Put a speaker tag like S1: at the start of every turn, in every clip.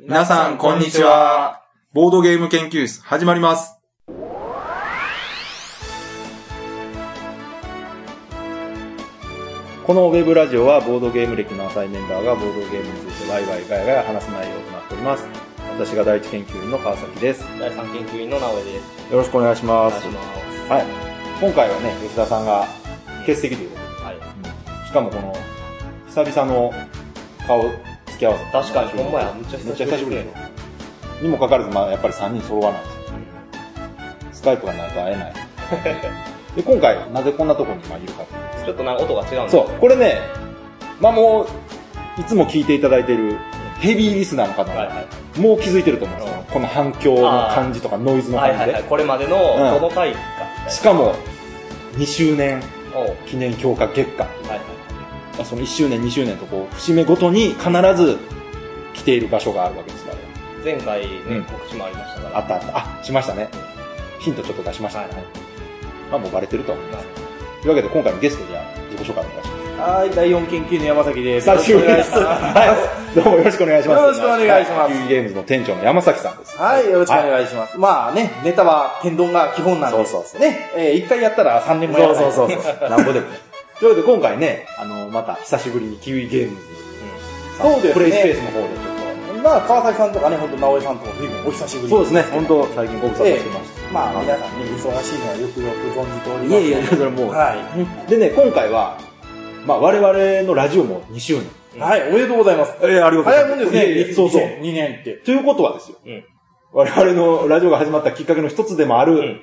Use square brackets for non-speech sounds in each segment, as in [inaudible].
S1: 皆さん、こんにちは。
S2: ボードゲーム研究室、始まります。
S3: このウェブラジオはボードゲーム歴の浅いメンバーがボードゲームについてワイワイガヤガヤ話す内容となっております。私が第一研究員の川崎です。よ
S1: 第3研究員の直江です。
S3: ろしくお願いし
S1: お
S3: ま
S1: 願い
S3: す
S1: し。ます。
S3: はい。今回はね、吉田さんが欠席というこ
S1: はい。
S3: とで、しかもこの、久々の顔付き合わせ。
S1: 確かに、ほんまや、むっちゃ
S3: めっ
S1: 久
S3: ち
S1: し
S3: ゃ
S1: ぶり
S3: 久しぶりでしょ。にもかかわらず、まあやっぱり3人揃わないんですよ。スカイプがないと会え [laughs] ない。で、今回、なぜこんなとこに今いるかという
S1: ちょっとなんか音が違うんです
S3: そう
S1: よ、
S3: これね、まあもう、いつも聞いていただいているヘビーリスナーの方
S1: はい
S3: は、
S1: はい
S3: もう気づいてると思うんです
S1: うん
S3: よ。この反響の感じとかノイズの
S1: はいは
S3: 感
S1: い
S3: じ
S1: はい。
S3: で。
S1: これまでの、
S3: ん
S1: この回か。
S3: しかも、2周年
S1: おう
S3: 記念強化月間。
S1: はい。
S3: まあその1周年、2周年とこう、節目ごとに必ず来ている場所があるわけですよ。
S1: 前回ね
S3: うん、
S1: 告知もありましたから。
S3: あったあった。あ、しましたね。ヒントちょっと出しましたね。まあもうバレてると思います。というわけで今回のゲストじゃあ自己紹介お願いします。
S4: はい、第4研究の山崎です。
S3: 久しぶりです。
S4: よろしくお願いしま
S3: [laughs] はい。どうもよろしくお願いします。
S4: よろしくお願いします
S3: はい Q ゲームズの店長の山崎さんです。
S4: すはい、よろしくお願いします。まあね、ネタは天丼が基本なんで。
S3: そうそうそう
S4: ね、えー一回やったら3年もや
S3: そ
S4: ら
S3: う
S4: ない
S3: そうそうそう。 [laughs] なんぼでもね。というわけで今回ね、あの、また久しぶりにキウイゲームズさん
S4: そうですね
S3: プレイスペースの方でちょっ
S4: まあ、川崎さんとかね、本当直江さんとか随分お久しぶ
S3: と。
S4: り
S3: そうですね、本当最近ご無沙汰してました。
S4: まあ、皆さんね、忙しいのはよくよく存じており
S3: い
S4: ます。
S3: やいや、それもう。
S4: は
S3: でね、今回は、まあ我々のラジオも2周年。
S4: い。はい、おめでとうございます。
S3: ええありがとうございます
S4: 早いもんですね。
S3: いえいえそうそう
S4: 2年って。
S3: ということはですよ。
S1: うん
S3: 我々のラジオが始まったきっかけの一つでもある、
S1: ん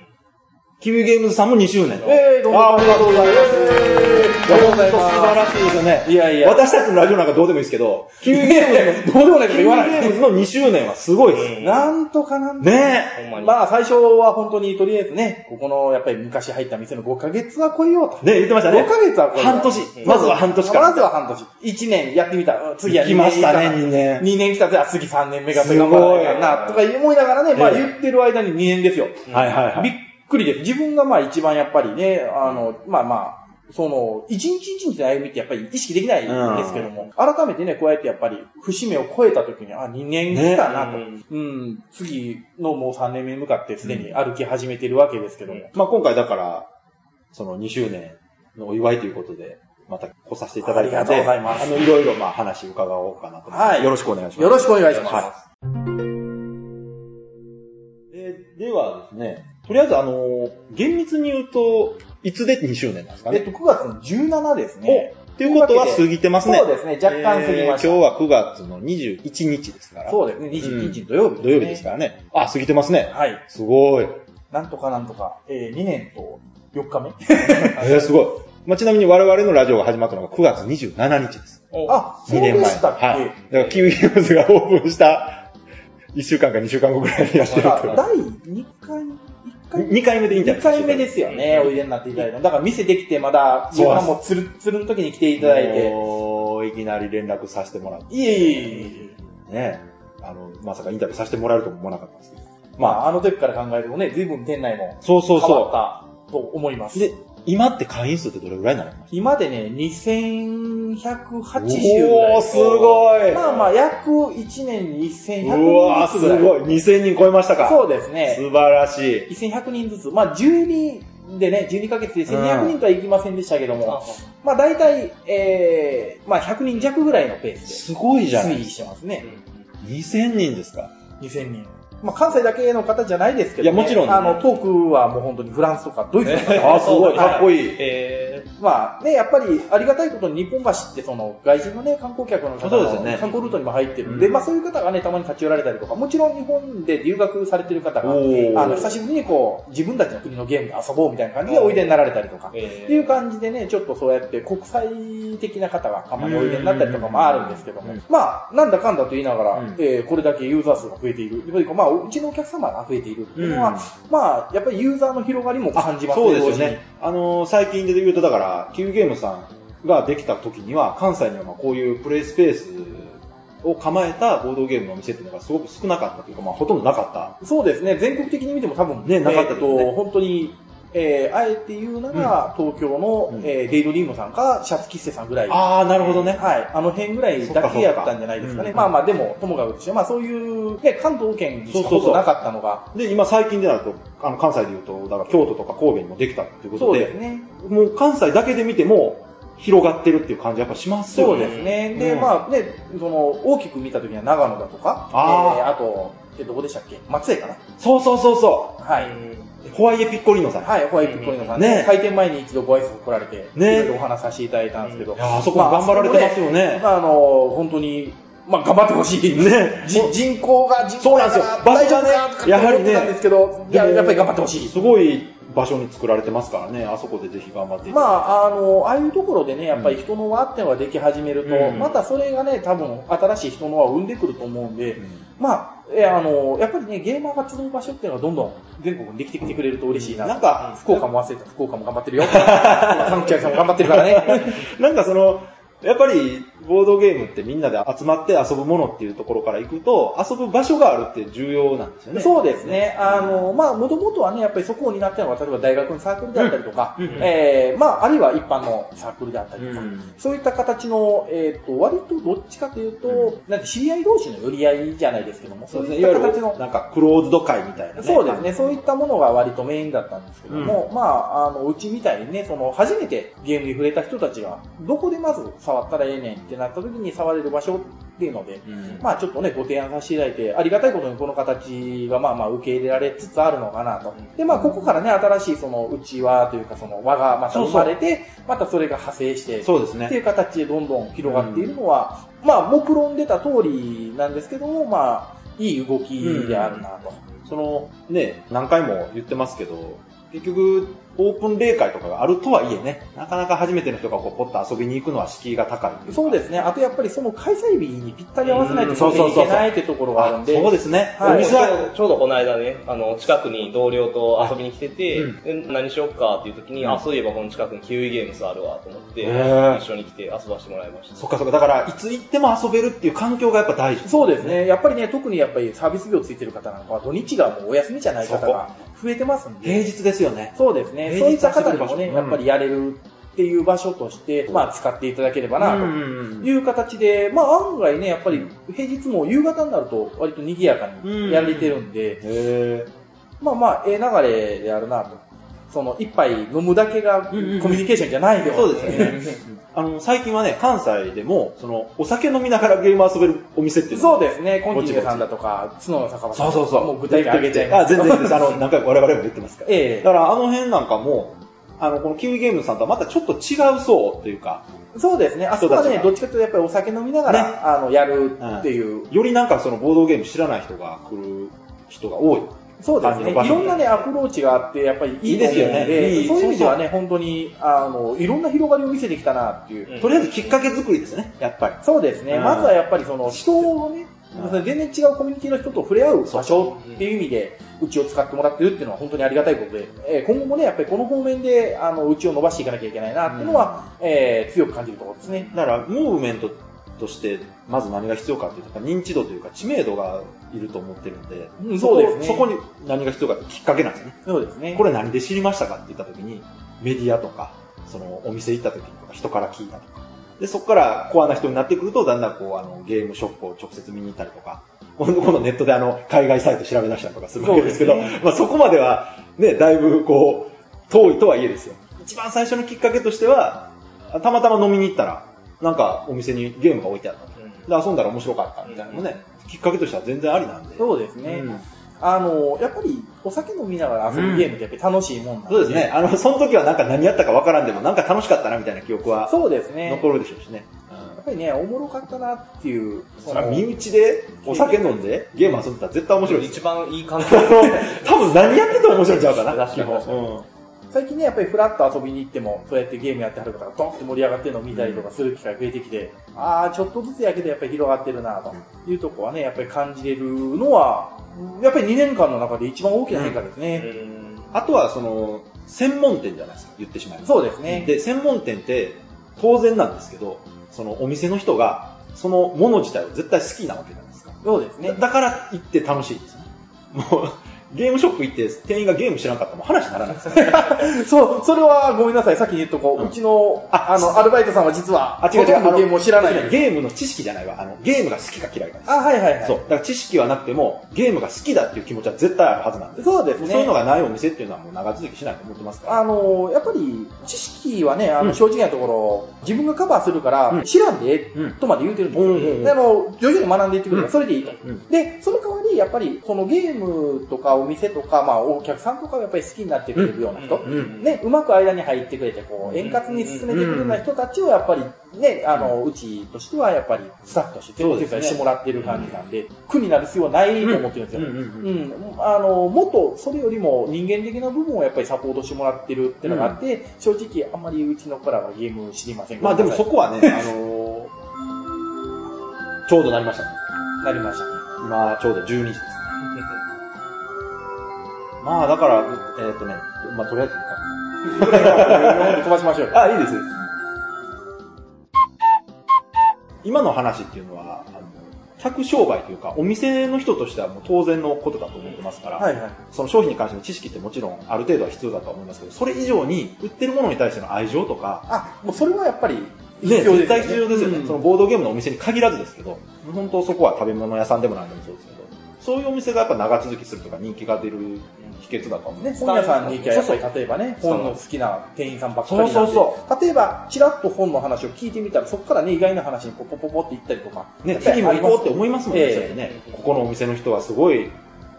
S3: キウイゲームズさんも2周年。
S4: えー、どうも
S3: あーおめでとうございます
S4: えーありがと
S3: 本
S4: うご
S3: 当
S4: ざい
S3: 素
S4: ます。
S3: 晴らしいですよね。
S4: いやいや
S3: 私たちのラジオなんかどうでもいいですけど、キウイゲームズの、
S4: どうでもない
S3: キウ
S4: こと
S3: イゲ
S4: 言わない
S3: ー
S4: で。
S3: ムズの2周年はすごいです。
S1: うん
S4: なんとかなんとか。
S3: ね
S1: ほんまに。
S4: まあ、最初は本当にとりあえずね、ここの、やっぱり昔入った店の5ヶ月は来いよ
S3: え。
S4: と。
S3: ね言ってましたね。
S4: 5ヶ月は来いよ
S3: 半年。まずは半年から。
S4: まずは半年。1年やってみた。うん次は
S3: 行き
S4: 2年。
S3: ましたね、2年。
S4: 2年来たら次3年目が
S3: すごい
S4: 頑張らなきゃな、とか思いながらね、まあ
S3: ええ
S4: 言ってる間に2年ですよ。
S3: はいはいは
S4: び
S3: い
S4: っ。くりです。自分がまあ一番やっぱりね、あの、まあまあ、その、一日一日の歩みってやっぱり意識できないんですけども、改めてね、こうやってやっぱり、節目を超えた時に、あ、2年来たなと。
S1: ね
S4: うん、次のもう3年目に向かってすでに歩き始めてるわけですけども。
S3: まあ今回だから、その2周年のお祝いということで、また来させていただいたので、
S4: ありがとうございます
S3: あの、いろいろまあ話伺おうかなと思います。
S4: はい
S3: よろしくお願いします。
S4: よろしくお願いします。
S3: はえーではですね、とりあえずあのー厳密に言うと、いつで2周年なんですか
S4: え
S3: ね
S4: っ。と、9月の17ですね。
S3: ということは過ぎてますね。
S4: そうですね、若干過ぎました。
S3: えー今日は9月の21日ですから。
S4: そうですね、21日の土曜日、
S3: 土曜日ですからね。あ、過ぎてますね。
S4: はい。
S3: すごい。
S4: なんとかなんとか、えー、2年と4日目。
S3: えー、すごい。まあ、ちなみに我々のラジオが始まったのが9月27日です。
S1: お
S4: あ、そう
S3: 2
S4: で
S3: 年前。
S4: したっけ、
S3: はい。だから、キウイゲームズがオープンした1週間か2週間後ぐらいにやってる
S4: だか
S3: と
S4: [laughs] ら。第2回、1回
S3: 2回目でいいんじゃな
S4: 2
S3: いですか。
S4: 回目ですよね、おいでになっていただいたの。だから店できてまだ、
S3: そう
S4: 夕
S3: なんで
S4: 飯
S3: す
S4: もつるつるの時に来ていただいて。
S3: もういきなり連絡させてもらって。
S4: いえいえいえいえ。
S3: ね。あの、まさかインタビューさせてもらえるとも思わなかったんですけど。ま
S4: ま
S3: あ、
S4: あ、あの時から考えるとね、随分店内も
S3: そうそ
S4: 変
S3: うそ
S4: わったと思いま
S3: う。
S4: す。
S3: で、今って会員数ってどれぐらいになりまし
S4: 今でね、2180
S3: た
S4: ぐら
S3: おー、
S4: い。
S3: すごい。
S4: まあまあ、約1年に1100人ずつぐらい。
S3: うわー、すごい。2000人超えましたか。
S4: そうですね。
S3: 素晴らしい。
S4: 1100人ずつ、まあ12でね、12ヶ月で1200人とはいきませんでしたけども、まあ大体、えー、まあ100人弱ぐらいのペース
S3: すごいじ
S4: で
S3: ゃな
S4: 推
S3: い
S4: 移してますね。
S3: 2000人ですか。
S4: 2000人。まあ関西だけの方じゃないですけど、ね、
S3: いやもちろん
S4: あの、トークはもう本当にフランスとかドイツとか、
S3: [laughs] あー、すごい。かっこいい。
S1: えー
S4: まあね、やっぱりありがたいことに日本橋ってその外人のね、観光客の方
S3: そうですよ
S4: の
S3: ね
S4: 観光ルートにも入ってるんで、
S3: うん
S4: まあそういう方がね、たまに立ち寄られたりとか、もちろん日本で留学されてる方が、
S3: お
S4: あの、久しぶりにこう、自分たちの国のゲームで遊ぼうみたいな感じでおいでになられたりとか、
S1: え
S4: っていう感じでね、ちょっとそうやって国際的な方がたまにおいでになったりとかもあるんですけども
S3: うん、
S4: まあ、なんだかんだと言いながら、
S3: うん
S4: えーこれだけユーザー数が増えている、というか、まあ、うちのお客様が増えているっていうのは、まあ、やっぱりユーザーの広がりも感じます
S3: そうですよね。あのー最近で言うと、だから、Q ゲームさんができた時には、関西にはまあこういうプレイスペースを構えたボードゲームのお店っていうのがすごく少なかったというか、まあ、ほとんどなかっ
S4: 同時にそうですね、全国的に見ても多分、
S3: ねなかった
S4: え
S3: で
S4: ー
S3: すね
S4: と、本当に、えーあえて言うなら、東京の、
S3: うん
S4: えーデイドリームさんか、シャツ喫茶さんぐらい。
S3: ああ、なるほどね。
S4: はい。あの辺ぐらいだけやったんじゃないですかね。
S3: そっかそっか
S4: まあまあ、でも、ともかくとして、まあそういう、ね、関東圏にしか
S3: そうそう
S4: こ
S3: そう
S4: となかったのが、
S3: で、今最近でなると、あの、関西で言うと、だから京都とか神戸にもできたっていうこと
S4: そう
S3: で、
S4: ですね。
S3: もう関西だけで見ても、広がってるっていう感じやっぱします
S4: そ
S3: よ
S4: う
S3: ね。
S4: ですね。で、
S3: うん
S4: まあ、ね、その、大きく見たときには長野だとか、
S3: あー
S4: えーあと、えどこでしたっけ松江かな
S3: そうそうそうそ
S4: はい。
S3: う。ホワイエピッコリーノさん。
S4: はい、ホワイトポリノさん
S3: ね
S4: ね、開店前に一度ご挨拶来られて、
S3: ね
S4: いろいろお話しさせていただいたんですけど、
S3: いやーあそこも頑張られてますよね。
S4: まあ、あの、本当に、まあ、頑張ってほしい。
S3: ね
S4: じ人口が、人
S3: そう
S4: 口
S3: な
S4: が
S3: んですよ
S4: 大丈夫
S3: 場所が
S4: か
S3: ね
S4: とかって思ってたんですけど、いや、
S3: でも
S4: やっぱり頑張ってほしい。
S3: すごい場所に作られてますからね、あそこでぜひ頑張っていた
S4: ま
S3: だき
S4: あ、あの、ああいうところでね、やっぱり人の輪っていうのができ始めると、
S3: うん
S4: またそれがね、多分、新しい人の輪を生んでくると思うんで、
S3: たい
S4: まあ、えあの、やっぱりね、ゲーマーが集う場所っていうのがどんどん全国にできてきてくれると嬉しいな。
S3: なんか
S4: うん福岡も忘れた。福岡も頑張って [laughs] るよ。韓国さんも頑張ってるからね。
S3: なんかその、やっぱり、ボードゲームってみんなで集まって遊ぶものっていうところから行くと、遊ぶ場所があるって重要なんですよね。
S4: そうですね。あの、まあ、もともとはね、やっぱりそこを担ってるのは、例えば大学のサークルであったりとか、
S3: うんうん
S4: えーまあ、あるいは一般のサークルであったりとか、
S3: ん。
S4: そういった形の、えっ、と、割とどっちかというと、なんて知り合い同士の寄り合いじゃないですけども、
S3: そ
S4: そうう
S3: です
S4: い
S3: ね。
S4: っ
S3: いわ
S4: た
S3: ゆ
S4: 形
S3: る、
S4: の、
S3: なんか、クローズド会みたいなね。
S4: そうですね、そういったものが割とメインだったんですけども、まあ、あの、うちみたいにね、その、初めてゲームに触れた人たちが、どこでまず触ったらええねんってなった時に触れる場所っていうので、
S3: うん。
S4: まあちょっとね、ご提案させていただいて、ありがたいことにこの形がまあまあ受け入れられつつあるのかなと。で、まあここからね、新しいその、うちわというかその、輪がまた
S3: そうそう
S4: 生まれて、またそれが派生して、
S3: そうです
S4: って
S3: ね。
S4: いう形でどんどん広がっているのは、まあ、目論んでた通りなんですけども、まあ、いい動きであるなと。
S3: その、ね、何回も言ってますけど、結局、オープン例会とかがあるとはいえね、なかなか初めての人がこう、ポッと遊びに行くのは敷居が高いってい。
S4: そうですすね。あとやっぱりその開催日にぴったり合わせないと
S3: うんそうそうそうそう
S4: いけないってところがある
S3: あ
S4: ん、で、
S3: そうですね。
S4: はい
S3: お店は、
S1: ちょうどこの間ね、あの、近くに同僚と遊びに来てて、
S3: うん
S1: で何しよっかっていう時に、
S3: うん
S1: あ、そういえばこの近くにキウイゲームスあるわと思って、
S3: へー
S1: 一緒に来て遊ばせてもらいました。
S3: そっかそっか。だから、いつ行っても遊べるっていう環境がやっぱ大事。
S4: そうですね。やっぱりね、特にやっぱりサービス業ついてる方なんかは土日がもうお休みじゃない方が増えてますん
S3: 平
S4: で、
S3: 日ですよね。
S4: そうですね。
S3: 平
S4: そう
S3: 日
S4: いった方にも
S3: 遊べる場
S4: ね、
S3: 所
S4: やっぱりやれるっていう場所として、まあ使っていただければなと。
S3: うん
S4: いう形で、まあ案外ね、やっぱり平日も夕方になると割と賑やかにやれてるんで、
S3: へ
S4: まあまあ、ええ流れであるなと。その、一杯飲むだけがコ
S3: うん
S4: ミ
S3: うん
S4: ュニケーションじゃないよ。
S3: そうです
S4: ね。
S3: あの、最近はね、関西でも、その、お酒飲みながらゲーム遊べるお店っていうの
S4: そう
S3: で
S4: ですね。コンティネさんだとか、角の酒場さ
S3: そ
S4: ん
S3: うそうそう。
S4: もう具体的に上げちゃい
S3: あ、
S4: ます。
S3: 全然いいです。あの、何回も我々も言ってますから。
S4: え
S3: だから、あの辺なんかも、あの、このキウイゲームズさんとはまたちょっと違う層っていうか、
S4: え。そうですね。あそこは
S3: 人たち
S4: ね、
S3: が
S4: どっちかというとやっぱりお酒飲みなが
S3: ね
S4: ら、あの、やるっていう。
S3: よりなんかそのボードゲーム知らない人が来る人が多い。
S4: そうです
S3: あの
S4: ね。い
S3: 場所
S4: ろんなね、アプローチがあって、やっぱりいいと思うん
S3: いいですよねいい
S4: そういう意味ではね、本当に、あの、いろんな広がりを見せてきたなっていう。
S1: うん
S3: とりあえずきっかけ作りですね、やっぱり。
S4: そうですね。
S3: うん
S4: まずはやっぱりその人をね
S3: うん、
S4: 全然違うコミュニティの人と触れ合う場所っていう意味で、うちを使ってもらってるっていうのは本当にありがたいことで、えー今後もね、やっぱりこの方面で、あの、うちを伸ばしていかなきゃいけないなっていうのは、えー強く感じるところですね。
S3: だから、ムーブメントとして、まず何が必要かっていうと、やっぱ認知度というか知名度がいると思ってるんで、
S4: うんそうですね
S3: そこそこに何が必要かってきっかけなんですね。
S4: そうですね。
S3: これ何で知りましたかって言った時に、メディアとか、そのお店行った時とか、人から聞いたとか。で、そこからコアな人になってくると、だんだんこう、あの、ゲームショップを直接見に行ったりとか、今度今度ネットであの、海外サイト調べ出したりとかするわけですけど、
S4: そうです
S3: まあそこまでは、ね、だいぶこう、遠いとはいえですよ。一番最初のきっかけとしては、たまたま飲みに行ったら、なんかお店にゲームが置いてあった。で、遊んだら面白かったみたいなのもね、きっかけとしては全然ありなんで。
S4: そうですね。
S3: うん
S4: あの、やっぱりお酒飲みながら遊ぶゲームってやっぱり楽しいもんなん
S3: そうですね。あの、その時はなんか何やったかわからんでも、なんか楽しかったなみたいな記憶は
S4: そうですね。や
S3: 残るでしょうしね。
S4: っぱりね、おもろかったなっていう。
S3: それは身内でお酒飲んでゲーム遊んでたら絶対面白いです
S1: 一
S3: よ。
S1: 番いい環境
S3: あの多分何やってても面白いんちゃうかな。
S1: 確かに確かに
S3: うん
S4: 最近ね、やっぱりフラッと遊びに行っても、そうやってゲームやってはる方がドンって盛り上がってるのを見たりとかする機会が増えてきて、ああ、ちょっとずつやけどやっぱり広がってるなというとこはね、やっぱり感じれるのは、やっぱり2年間の中で一番大きな変化ですね。
S1: うん
S3: あとはその、専門店じゃないですか、言ってしまえば。
S4: そうですね。
S3: で、専門店って当然なんですけど、そのお店の人が、そのもの自体を絶対好きなわけじゃないですか。
S4: そうですね
S3: だ。だから行って楽しいですね。もう、ゲームショップ行って店員がゲーム知らんかったらもう話にならないですね。
S4: そう、それはごめんなさい、先に言っとこう。うちの、ああの、アルバイトさんは実は、
S3: あ、違う違う。
S4: ほとんどゲームを知らない。
S3: ゲームの知識じゃないわ。あの、ゲームが好きか嫌いかです。
S4: あ、はいはいはい。
S3: そう。だから知識はなくても、ゲームが好きだっていう気持ちは絶対あるはずなんで。
S4: そうですね。
S3: そういうのがないお店っていうのはもう長続きしないと思ってますから。
S4: あのやっぱり、知識はね、あ
S3: う
S4: の、
S3: ん
S4: 正直なところ、自分がカバーするから、
S3: うん
S4: 知らんで、
S3: うん
S4: とまで言うてるんですよ。
S3: うんうんうん
S4: でも、徐々に学んでいってくれば、
S3: うん
S4: それでいいと。
S3: うん
S4: で、その代わり、やっぱり、そのゲームとかお店とか、まあ、お客さんとかがやっぱり好きになってくれるような人。
S3: うん。
S4: ね、うまく間に入ってくれて、こ
S1: う
S4: う、
S1: ん
S4: 円滑に進めてくるような人たちを、やっぱり、ね、あの、うちとしては、やっぱり、スタッフとして、
S3: そう
S4: お手
S3: ですね
S4: 伝いしてもらってる感じなんで、苦になる必要はないと思ってるんですよ。
S3: うんうん
S4: うん、あの、もっとそれよりも人間的な部分をやっぱりサポートしてもらってるってのがあって、正直あんまりうちの子らはゲーム知りません
S3: まあでもそ
S4: そ
S3: こはね、あのーちょうどなりましたね。
S4: なりました。
S3: 今、ちょうど12時です。まあだから、えーっ、とね、まあとりあえずいいか。
S4: [laughs] 飛ばしましょうよ。
S3: あ、いいです。いいです今の話っていうのは、あの客商売というか、お店の人としてはもう当然のことだと思ってますから、
S4: はいはい。
S3: その商品に関しての知識ってもちろんある程度は必要だとは思いますけど、それ以上に売ってるものに対しての愛情とか、
S4: あ、もうそれはやっぱり
S3: ね、
S4: 必要ですよね
S3: 絶対必要ですよね、
S4: うん
S3: そのボードゲームのお店に限らずですけど、本当そこは食べ物屋さんでも何でもそうですけど、そういうお店がやっぱ長続きするとか人気が出る秘訣だと思うん
S4: ね
S3: で、す。
S4: 本屋さんに行きゃやっぱ
S3: そう
S4: り
S3: そう
S4: 例えばね、
S3: そう
S4: 本の好きな店員さんばっかりなんで。
S3: そうそう
S4: そう。例えば、ちらっと本の話を聞いてみたら、そこからね、意外な話にポポポポって行ったりとか。
S3: ね、次も行こうって思いますもんね、
S4: ええ
S3: それでね。ここのお店の人はすごい、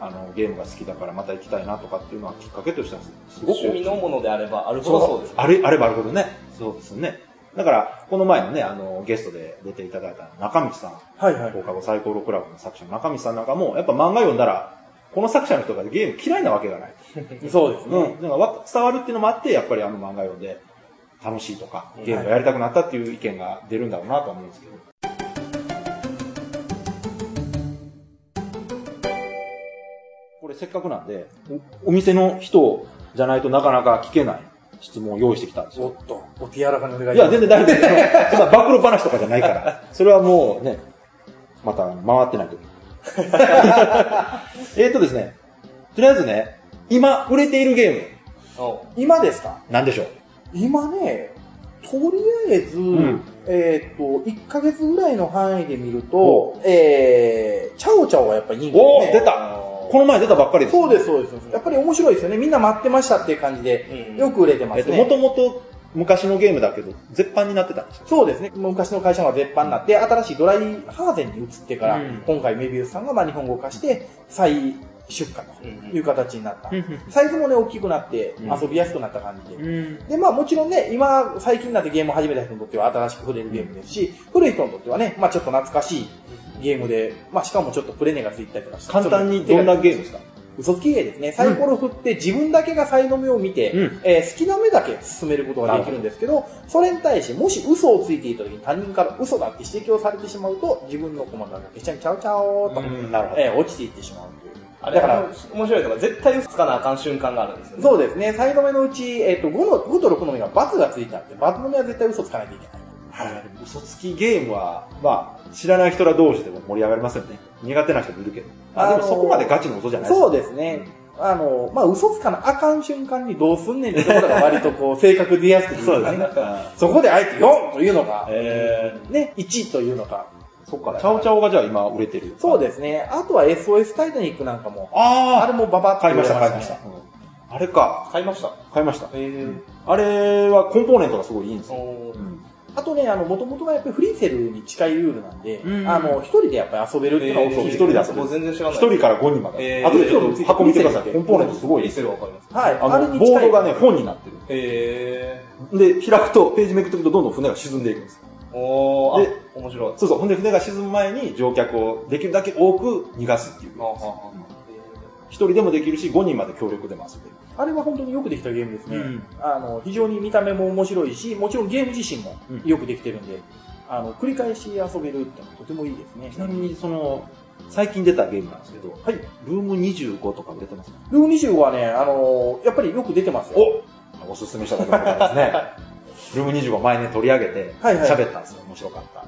S3: あの、ゲームが好きだからまた行きたいなとかっていうのはきっかけとしてはすごく
S1: 趣味のものであれば、あるほどそうですね。
S3: あれ、あればあるほどね。そうですよね。だから、この前のね、あの、ゲストで出ていただいた中道さん、
S4: はいはい。
S3: 放課後サイコロクラブの作者の中道さんなんかも、やっぱ漫画読んだら、この作者の人がゲーム嫌いなわけがない。
S4: そうですね。
S3: うん。だからわ伝わるっていうのもあって、やっぱりあの漫画読んで、楽しいとか、ゲームがやりたくなったっていう意見が出るんだろうなとは思うんですけど。これせっかくなんで、おお店の人じゃないとなかなか聞けない質問を用意してきたんです
S4: お
S3: よ。
S4: っと、お手柔らかにお願い
S3: い
S4: し
S3: や、
S4: ます
S3: 全然大丈夫です。そんな暴露話とかじゃないから。それはもうね、また回ってない時。えっとですね、とりあえずね、今売れているゲーム、
S1: お
S4: 今ですか
S3: なんでしょう
S4: 今ね、とりあえず、
S3: ん
S4: えっ、と、1ヶ月ぐらいの範囲で見ると
S3: お、
S4: えー、チャオチャオはやっぱり人気
S3: おー、
S4: で
S3: 出
S4: すね。
S1: あ
S3: た
S1: の
S3: この前出たばっかりです。
S4: そうです、そうです。やっぱり面白いですよね。みんな待ってましたっていう感じで、
S1: うん
S4: よく売れてま
S3: えっ
S4: す
S3: と、
S4: ね。
S3: もともと昔のゲームだけど、絶版になってたんですよ。
S4: そうですね。昔の会社が絶版になって、新しいドライハーゼンに移ってから、
S3: うん
S4: 今回メビウスさんがまあ日本語化して、再出荷
S1: う
S4: と
S1: ん
S4: いう形になった。サイズもね、大きくなって、
S3: うん
S4: 遊びやすくなった感じで。
S3: うん。
S4: で、まあもちろんね、今、最近になってゲームを始めた人にとっては新しく触れるゲームですし、古い人にとってはね、まあちょっと懐かしいゲームで、まあしかもちょっとプレネがついたりとかして。
S3: 簡単にどんなゲームですか
S4: 嘘つき芸ですね。サイコロ振って自分だけが才能目を見て、
S3: うん
S4: えー好きな目だけ進めることができるんですけど、それに対して、もし嘘をついていた時に他人から嘘だって指摘をされてしまうと、自分の駒が一緒にちゃうちゃおーと、
S3: うん、なるほど。
S4: えー落ちていってしまうという。
S1: あれ、
S4: だ
S1: だ
S4: か
S1: からら、面白いのが、絶対嘘つかなあかん瞬間があるんですよね。
S4: そうですね、サイド目のうち、えっと 5, の5と6の目が×がついたんで、×の目は絶対嘘つかないといけない。
S3: はい嘘つきゲームは、まあ、知らない人ら同士でも盛り上がりますよね。苦手な人もいるけど。あ、でもそこまでガチの嘘じゃない
S4: そう
S3: で
S4: ですね。あの、まあ、嘘つかなあかん瞬間にどうすんねんってところが割とこう、性 [laughs] 格出やすくていい
S3: す。
S4: で
S3: そう
S4: すね
S3: ですね。
S4: そこであえて4というのが、
S3: え
S4: ね、1というのか。
S3: ー、そっか。チャオチャオがじゃあ今売れてる。
S4: そう
S3: す。
S4: ですね。あとは SOS タイタニックなんかも、あ
S3: あ
S4: れもババッ
S3: あ
S4: と
S3: 買いました、
S4: 売れ
S3: 買いました。
S4: ね
S3: うんあれか。
S1: 買いました。
S3: 買いました。
S1: えー、
S3: あれはコンポーネントがすごいいいんですよ。
S1: おー
S3: ん。
S4: あとね、あの、もともとがやっぱりフリーセルに近いルールなんで、
S3: うん
S4: あの、一人でやっぱり遊べるっていうのは大きい
S3: そう一
S4: です
S3: 人で遊べる
S1: もう全然知らない。
S3: 一人から5人まで。
S1: えー
S3: あとでちょっと箱見てください。コンポーネントすご
S1: い
S3: いで
S1: い
S3: す
S1: すぐわかります。
S4: はい、
S3: あ
S4: あれ
S3: の、
S4: に
S3: ボ
S4: 近
S3: ー
S4: い。
S3: ドがね、本になってる。
S1: え
S3: で、開くと、ページめくっていくとどんどん船が沈んでいくんです。
S1: ー、おー
S3: で、
S1: あ、面白い。
S3: そうそう。ほんで船が沈む前に乗客をできるだけ多く逃がすっていう。
S1: あはは
S3: 一人でもできるし、5人まで協力でも遊べる。
S4: あれは本当によくできたゲームですね。
S3: うん
S4: あの、非常に見た目も面白いし、もちろんゲーム自身も
S3: うん
S4: よくできてるんで、あの、繰り返し遊べるってのはとてもいいですね。
S3: ちなみに、その、最近出たゲームなんですけど、
S4: はい。
S3: ルーム25とか売れてますね。
S4: ルー25はね、あの、やっぱりよく出てますよ。
S3: おおすすめしたことがありますね。ルーム25前ね、取り上げて、
S4: はいはい
S3: 喋ったんですよ。面白かった。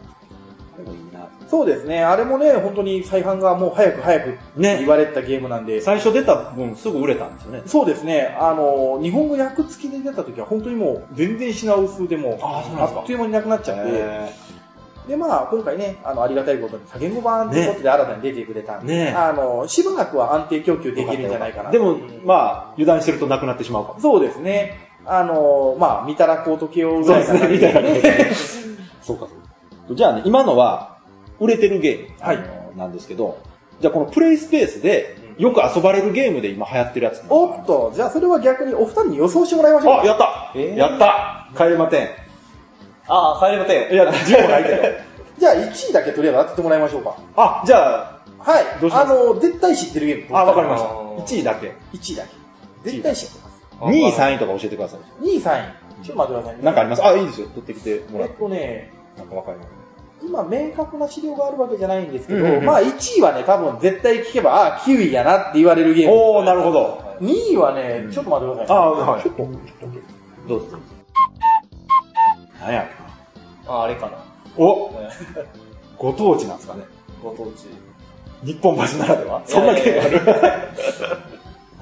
S3: でもいいな。
S4: そうですね。あれもね、本当に再販がもう早く早くって言
S3: ね。
S4: われてたゲームなんで、
S3: 最初出た分すぐ売れたんですよね。
S4: そうですね。あの、日本語訳付きで出た時は本当にもう全然品薄でもう、
S3: あーそうなんですか
S4: あっという間になくなっちゃって、
S3: え
S4: で、まあ、今回ね、あの、ありがたいことに多言語版ということで新たに出てくれたんで、
S3: ね
S4: あの、しばらくは安定供給
S3: ー
S4: できるんじゃないかな。
S3: でも、まあ、油断してるとなくなってしまうかも。
S4: そうですね。あの、まあ、見たらこうとけよぐ
S3: そう
S4: らい
S3: で
S4: か
S3: す
S4: な
S3: ね、みたいな感じで。そうか、そうか。じゃあね、今のは、売れてるゲーム、
S4: はい
S3: あのなんですけど、じゃあこのプレイスペースで、よく遊ばれるゲームで今流行ってるやつ。
S4: おっと、じゃあそれは逆にお二人に予想してもらいましょうか。
S3: あ、やった、
S1: えー
S3: やった帰れません。
S1: ああ、帰れません。
S3: いや、10もないけど。
S4: じゃあ1位だけとりあえず当ててもらいましょうか。
S3: [laughs] あ、じゃあ、
S4: はい。
S3: どうし
S4: あ
S3: ます
S4: の、絶対知ってるゲーム。
S3: あ、わかり
S4: ま
S3: まし
S1: あー
S3: た。1位だけ。
S4: す。1位だけ。絶対知ってます。
S1: あ
S3: 2位、3位とか教えてください。
S4: 2位、3位。ちょっと待ってくださいね。
S3: なんかありますあ、いいですよ。取ってきても
S4: え
S3: らっ。
S4: ってとね、
S3: なんかわかります。
S4: 今明確な資料があるわけじゃないんですけど、
S3: うんうんうん
S4: まあ1位はね、多分絶対聞けば、ああ、キウイやなって言われるゲーム。
S3: おー、なるほど。
S4: 2位はね、
S3: うん
S4: ちょっと待ってください。
S3: あはい
S4: ちょっと、ちょっ
S3: どうぞどうぞ。何や
S1: あ、あれかな。
S3: おご当地なんですかね。
S1: ご当地。
S3: 日本橋ならでは。そんなゲーム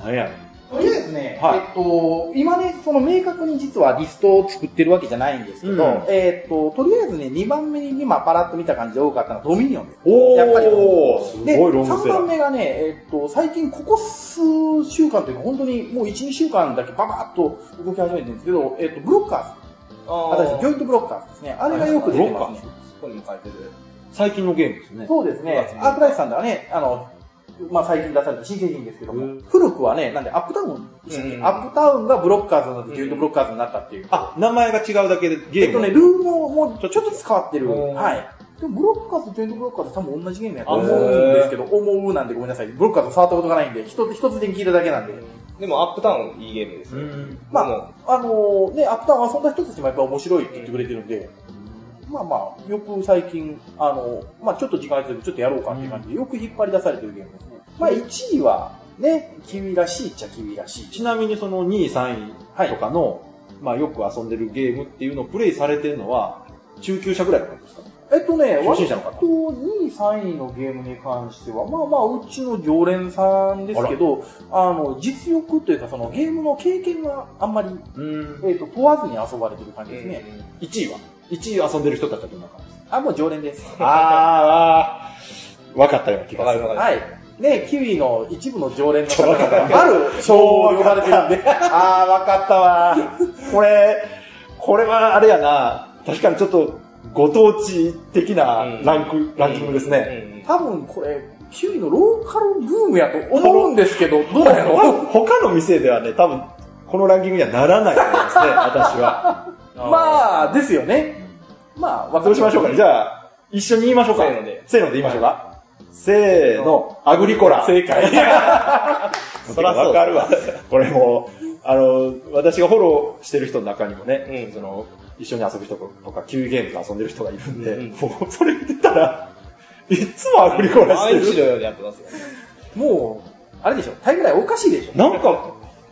S3: ある何や
S4: ととりあえずね、
S3: はい
S4: えっと、今ね、その明確に実はリストを作ってるわけじゃないんですけど、
S3: うん
S4: えっと、とりあえずね、2番目に今パラッと見た感じで多かったのはドミニオンです。
S3: おー
S4: やっぱり
S3: す
S4: で、
S3: ごいロング
S4: 3
S3: セラ
S4: 番
S3: ー。
S4: 目がね、えっと、最近ここ数週間というか、本当にもう1、2週間だけババッと動き始めてるんですけど、えっと、ブロッカーズ。
S1: あ
S4: あ、私、ジョイントブロッカーズですね。あれがよく出てますね。
S1: そこにも書いてる。
S3: 最近のゲームですね。
S4: そうですね。アークライフさんではね、あの、まあ、最近出された新製品ですけども、古くはね、なんでアップダウンでしたっけ、
S1: うん
S4: アップダウンがブロッカーズになって、ジョイントブロッカーズになったっていう。
S3: あ、名前が違うだけでゲ
S4: えっ
S3: ー
S4: と
S3: ム。
S4: ね、ルールももうちょっとずつ変わってる。
S1: うん
S4: はい。でも、ブロッカーズ、ジョイントブロッカーズ多分同じゲームやと思
S1: へ
S4: う
S1: ー
S4: んですけど、思うなんでごめんなさい。ブロッカーズ触ったことがないんで、一つ、一つで聞いただけなんで。
S1: でも、アップダウン、いいゲームです
S3: う
S1: ね。
S3: ん
S4: ま
S1: でも
S4: あ、あのね、アップダウン遊んだ人たちもやっぱ面白いって言ってくれてるんで、まあまあ、よく最近、あの、まあちょっと時間空いてるけどちょっとやろうかっていう感じで、よく引っ張り出されてるゲームですね。まあ1位は、ね、キウイらしいっちゃキウイらしい。
S3: ちなみにその2位、3位とかの、まあよく遊んでるゲームっていうのをプレイされてるのは、中級者ぐらいの方ですか
S4: えっとね、
S3: 初心
S4: 割
S3: 者の
S4: と
S3: 方
S4: 2位、3位のゲームに関しては、まあまあ、うちの常連さんですけど、あの、実力というか、そのゲームの経験があんまり、
S3: うん。
S4: えっ、と、問わずに遊ばれてる感じですね。
S3: 1位は ?1 位遊んでる人たちはどんな感じですか
S4: あ、もう常連です。
S3: あー、わかったような気
S1: わか
S3: がす
S1: る
S3: る。
S1: わかる。
S4: はい。ね、キウイの一部の常連の方々が、ある賞を呼ばれてるんで。
S3: あー、わかったわ。これ、これはあれやな。確かにちょっと、ご当地的な
S1: うん
S3: ランク、ランキングですね。
S1: ね。
S4: 多分これ、キウイのローカルブームやと思うんですけど、 [laughs] ど
S3: 多
S4: うなんやろ
S3: 分他の店ではね、多分、このランキングにはならない
S1: [laughs]
S3: と思いますね、私は。
S4: まあ、ですよね。まあ、わか
S3: どうしましょうか
S4: ね。
S3: ね。じゃあ、一緒に言いましょうか。
S1: せーので。
S3: せーので言いましょうか。せーの、アグリコラ。
S4: 正解。
S1: そらそう
S3: わかるわ。これもう、あの、私がフォローしてる人の中にもね、
S1: うん
S3: その、一緒に遊ぶ人とか、キウイゲームと遊んでる人がいるんで、
S1: うん
S3: もう、それ見てたら、いっつもアグリコラ
S1: 毎
S3: し
S1: 日
S3: て
S1: の
S3: る。
S1: ようにやってますよ。
S4: もう、あれでしょ、タイムラインおかしいでしょ。
S3: なんか、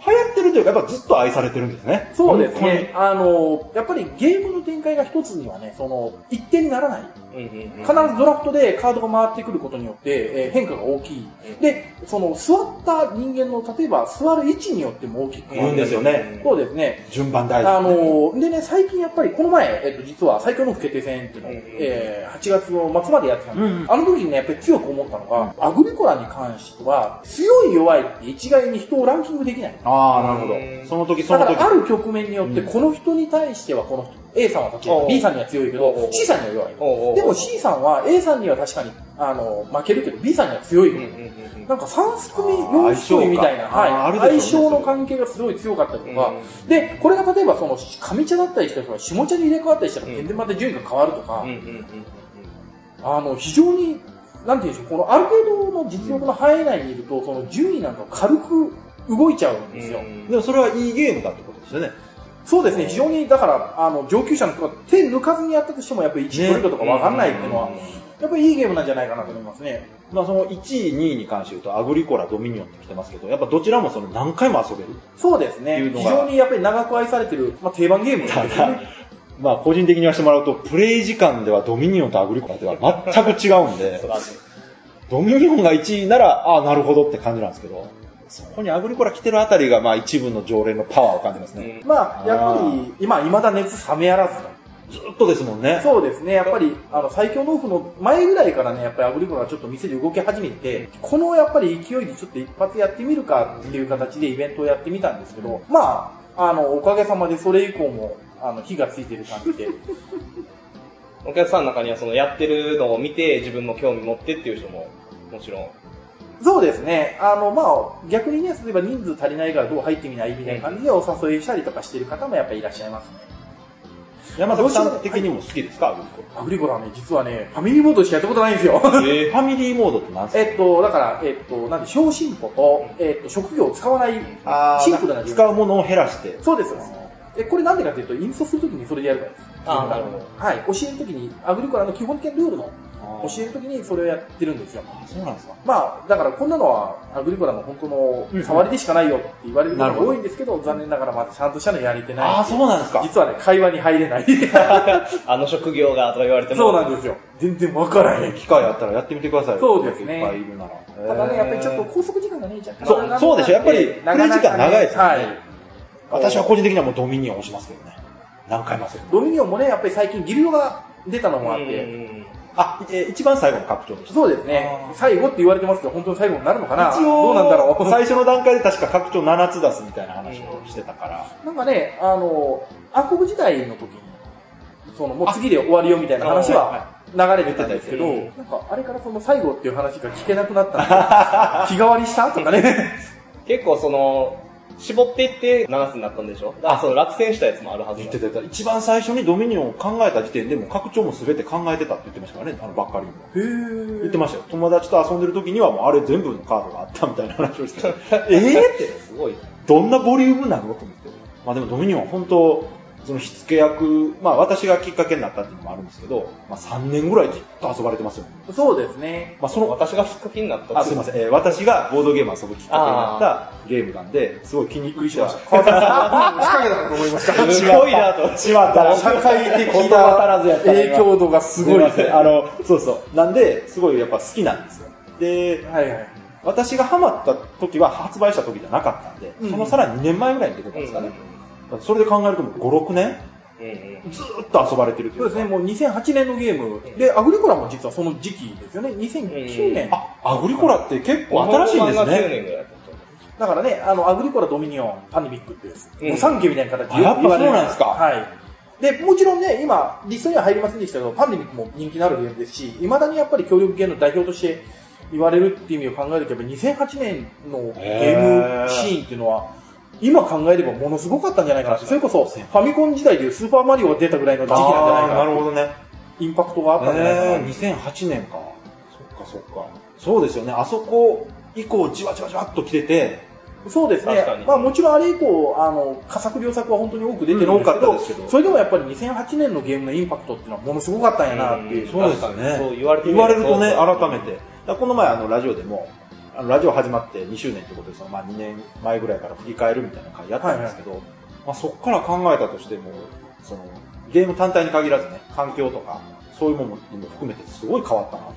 S3: 流行ってるというか、やっぱずっと愛されてるんですね。
S4: そうです
S3: 本当に
S4: ね。。あの、やっぱりゲームの展開が一つにはね、その、一定にならない。
S1: うんうんうん
S4: 必ずドラフトでカードが回ってくることによって、えー変化が大きい。で、その、座った人間の、例えば座る位置によっても大きく変
S3: 言う
S4: わ
S3: ん
S4: る。
S3: ですよね
S4: そうですね。
S3: 順番大事。
S4: あのーでね、最近やっぱりこの前、えっと、実は最強の不決定戦っていうのを、
S1: うんうん
S4: えー8月の末までやってたんです、あの時にね、やっぱり強く思ったのが、アグリコラに関しては、強い弱いって一概に人をランキングできない。
S3: ああ、なるほ
S1: うん
S3: ど。その時、そ
S4: だ
S3: の
S4: か
S3: 時
S4: ら、あ。る局面によって、
S3: うん
S4: この人に対してはこの人、A さんは強
S1: お
S4: い、
S1: う
S4: B さんには強いけ
S1: お
S4: ど
S1: う、
S4: C さんには弱い。
S1: おうおうおう
S4: でも C さんは A さんには確かに、あの、負けるけど、B さんには強い。
S1: うんうんうん
S4: なんか3すくみ、
S3: あー
S4: 4すくみみたい
S3: 相性
S4: な、
S3: かあーあ
S4: はい
S3: るでしょうね
S4: 相性の関係がすごい強かったりとか、
S1: う
S4: で、これが例えばその上茶だったりした人が下茶に入れ替わったりしたら全然また順位が変わるとか、
S1: うんうんうんうんうん
S4: あの、非常に、なんていうんでしょう、このある程度の実力の範囲内にいると、その順位なんか軽く動いちゃうんですよ。
S1: うん
S3: でもそれはいいゲームだってことですよね。
S4: そうですね、非常に、だから、あの、上級者の人が手抜かずにやったとしても、やっぱり1ポイントとかわかんないっていうのは、やっぱりいいゲームなんじゃないかなと思いますね。
S3: まあその1位、2位に関して言うと、アグリコラ、ドミニオンって来てますけど、やっぱどちらもその何回も遊べる。
S4: そうですね
S3: いう、の
S4: 非
S3: が
S4: 常にやっぱり長く愛されてる、まあ、定番ゲームですね。
S3: まあ、個人的に言わせてもらうと、プレイ時間ではドミニオンとアグリコラでは全く違うんで、ドミニオンが1位なら、ああ、なるほどって感じなんですけど、そこにアグリコラ来てるあたりが、まあ、一部の常連のパワーを感じますね。
S4: まあ、やっぱり、今、未だ熱冷めやらずと。
S3: ずっとですもんね。
S4: そうですね、やっぱり、あの、最強農夫の前ぐらいからね、やっぱりアグリコラがちょっと店で動き始めて、このやっぱり勢いでちょっと一発やってみるかっていう形でイベントをやってみたんですけど、まあ、あの、おかげさまでそれ以降も、あの、火がついてる感じで、
S1: お客さんの中にはそのやってるのを見て自分の興味持ってっていう人ももちろん。
S4: [laughs] そうですね。あの、まあ、逆にね、例えば人数足りないからどう入ってみないみたいな感じでお誘いしたりとかしてる方もやっぱりいらっしゃいますね。
S3: 山崎さん的にも好きですか、アグリコラ。
S4: アグリコラはね、実はね、ファミリーモードしかやったことないんですよ。
S1: え
S3: ファミリーモードって何ですか
S4: [laughs] えっと、だから、えっと、なんで、小進歩と、えっと、職業を使わない、
S3: あ
S4: シンプルな理由
S3: 使うものを減らして。
S4: そうです。え、これなんでかっていうと、インストするときにそれでやるからです。
S1: あーなるほど
S4: はい。教えるときに、アグリコラの基本的なルールの
S3: 教
S4: 教えるときにそれをやってるんですよ。
S3: あ、そうなんですか。
S4: まあ、だからこんなのは、アグリコラの本当
S3: うん
S4: の、触りでしかないよって言われること
S3: なる
S4: が
S3: ほど
S4: 多いんですけど、残念ながらまだちゃんとしたのやれてない。
S3: ああ、そうなんですか。
S4: 実はね、会話に入れない。
S1: あの職業がとか言われても。
S4: そうなんですよ。全然わからへん。
S3: 機会あったらやってみてくださいよ。
S4: そうですね
S3: いっぱいいるなら。
S4: ただね、やっぱりちょっと拘束時間がね、若干
S3: そう
S4: 長めなん
S3: そうでしょやっぱりプレイ時間長いですよね
S4: はい。
S3: 私は個人的にはもうドミニオンをしますけどね。何回もする。
S4: ドミニオンもね、やっぱり最近ギルドが出たのもあっ
S1: うん
S4: て、
S3: あ、えー一番最後の拡張でした。
S4: そうですね
S3: あー、
S4: 最後って言われてますけど、本当に最後になるのかな
S3: 一
S4: どうなん [laughs] だろ
S3: 応、
S4: う
S3: 最初の段階で確か拡張7つ出すみたいな話をしてたから。。
S4: なんかね、あの、暗黒時代の時に、その、もう次で終わりよみたいな話は流れてたんですけど、
S1: 言って
S4: なんかあれからその最後っていう話が聞けなくなった [laughs] んで、日替わりしたとかね。 [laughs]
S1: 結構その、絞っていって7つになったんでしょだからその落選したやつもあるはず
S3: 言
S1: だ
S3: ってた言ってた一番最初にドミニオンを考えた時点でもう拡張も全て考えてたって言ってましたからね、あのばっかりも。
S4: へ
S3: 言っ
S4: ー
S3: てましたよ。友達と遊んでる時にはもうあれ全部のカードがあったみたいな話をしてた。 [laughs] えーって。
S1: すごい。
S3: どんなボリュームなのと思って。まあでもドミニオンは本当、その火付け役、まあ私がきっかけになったっていうのもあるんですけど、まあ3年ぐらいずっと遊ばれてますよ。
S4: そうですね。
S3: まあその
S1: 私がきっかけになった
S3: あ、すいません。えー私がボードゲーム遊ぶきっかけになったゲームなんで、すごい気に入りました。
S4: 川崎さん、仕掛けたかと思いました。
S1: すごいなと。
S3: しまった
S4: [laughs] 社会的
S3: 言葉足らずや
S4: な
S3: ったな
S4: 影響度がす
S3: す
S4: ご
S3: ご
S4: い
S3: いで
S4: で
S3: すす
S4: ね。
S3: [laughs] ね。あの、そうそう。なんで、すごいやっぱ好きなんですよ。で、
S4: はいはい。
S3: 私がハマった時は発売した時じゃなかったんで、
S4: うん
S3: そのさらに2年前ぐらいに出てたんですかね。それで考えるともう5、6年
S1: うんうん。
S3: ずーっと遊ばれてるとい
S4: そう
S3: う
S4: ですね、もう2008年のゲーム。で、アグリコラも実はその時期ですよね。2009年。あ
S3: あ、アグリコラって結構新しいんです
S1: 9
S3: ね。
S1: 年ぐらいだったと思
S4: だからね、あの、アグリコラ、ドミニオン、パンデミックっていう、
S1: うん
S4: 御三家みたいな形
S3: あやっぱ
S4: 言われる
S3: そうなんですか
S4: はい。で、もちろんね、今、リストには入りませんでしたけど、パンデミックも人気のあるゲームですし、未だにやっぱり協力ゲームの代表として言われるっていう意味を考えると、やっぱ2008年のゲームシーンっていうのは、今考えればものすごかったんじゃないかなって。それこそ、ファミコン時代でいうスーパーマリオが出たぐらいの時期なんじゃないか
S3: あー
S4: な。
S3: るほどね。
S4: インパクトがあったんじゃないかな
S3: えー、2008年か。そっかそっか。そうですよね。あそこ以降じわじわじわっと来てて、
S4: そうですね
S1: 確かに。
S4: まあもちろんあれ以降、あの、佳作良作は本当に多く出てるんですけど、
S3: うん多かったですけど
S4: それでもやっぱり2008年のゲームのインパクトっていうのはものすごかったんやなっていう。
S1: うん
S3: そうですよね。
S1: そう言われてみ
S3: 言
S1: れば
S3: われるとね、
S1: そうそう
S3: 改めて。だからこの前、あの、ラジオでも、あの、ラジオ始まって2周年ってことで、その、まあ、2年前ぐらいから振り返るみたいな回やったんですけど、まあ、そこから考えたとしても、その、ゲーム単体に限らずね、環境とか、そういうものも含めてすごい変わったなと思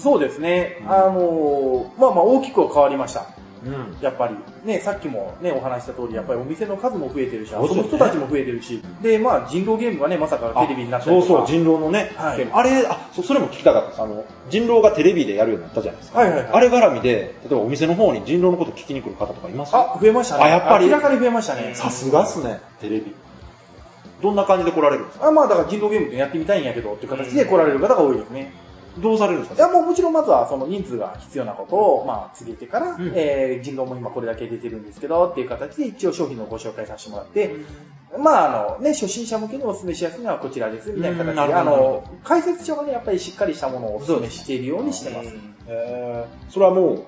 S4: そうですね。
S3: うん
S4: あのーまあまあ大きくは変わりました。
S3: って。
S4: やっぱり。ね、さっきもね、お話しした通り、やっぱりお店の数も増えてるし、
S3: そうです
S4: そ
S3: ね
S4: の人たちも増えてるし、で、まあ人狼ゲームがね、まさか
S3: あ
S4: テレビになった
S3: そ
S4: り
S3: う
S4: とか。
S3: そう、人狼のね、
S4: はい
S3: ゲームあれ、あ、そ、それも聞きたかったです。あの、人狼がテレビでやるようになったじゃないですか。
S4: はいはいはい
S3: あれ絡みで、例えばお店の方に人狼のこと聞きに来る方とかいます
S4: あ、増えましたね。
S3: あやっぱり
S4: 明らかに増えましたね。
S3: さすがっすね、テレビ。どんな感じで来られるんですか
S4: あまあだから人狼ゲームってやってみたいんやけどっていう形で来られる方が多いですね。
S3: どうされるんです
S4: い
S3: か
S4: や、もうもちろんまずはその人数が必要なことを、まあ、告げてから、
S3: ん
S4: えー、人狼も今これだけ出てるんですけど、っていう形で一応商品のご紹介させてもらって、まあ、あの、ね、初心者向けにお勧めしやすいのはこちらです、みたいな
S3: うん
S4: 形
S3: なるほ
S4: で、
S3: ど
S4: あ
S3: なるほ
S4: の、解説書がね、やっぱりしっかりしたものをお勧めしているようにしてます。
S3: えーそれはもう、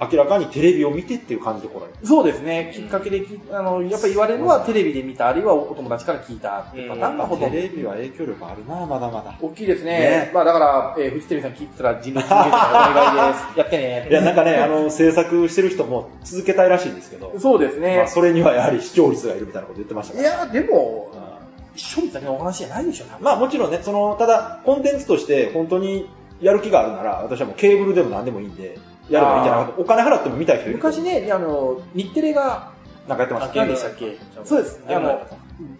S3: 明らかにテレビを見てっていう感じで来られる。
S4: そうですね、きっかけでき、あの、やっぱり言われるのはテレビで見た、あるいはお友達から聞いたっていうパターンがほとんど。
S3: レビは影響力あるな、まだまだ。
S4: 大きいですね。
S3: ね
S4: まあだから、えー、フジテレビさん聞いてたら人狼続けてお願いです。やってね。
S3: いや、なんかね、あの、制作してる人も続けたいらしいんですけど、
S4: そうですね。
S3: まあ、それにはやはり視聴率がいるみたいなこと言ってましたか
S4: いや、でも、
S3: ら。
S4: 一生にだけのお話じゃないでしょ、多分
S3: まあもちろんね、その、ただ、コンテンツとして本当にやる気があるなら、私はもうケーブルでも何でもいいんで、やればいいんじゃないかと。お金払っても見たい人いる。
S4: 昔ね、あの、日テレが、
S3: なんかやってました
S1: ゲー
S4: 何
S1: ム
S4: で
S1: で
S4: し
S1: したた
S4: っ
S1: っ
S4: け
S1: け
S4: そうです。
S1: ゲ
S4: あ
S1: ームナイ
S4: の、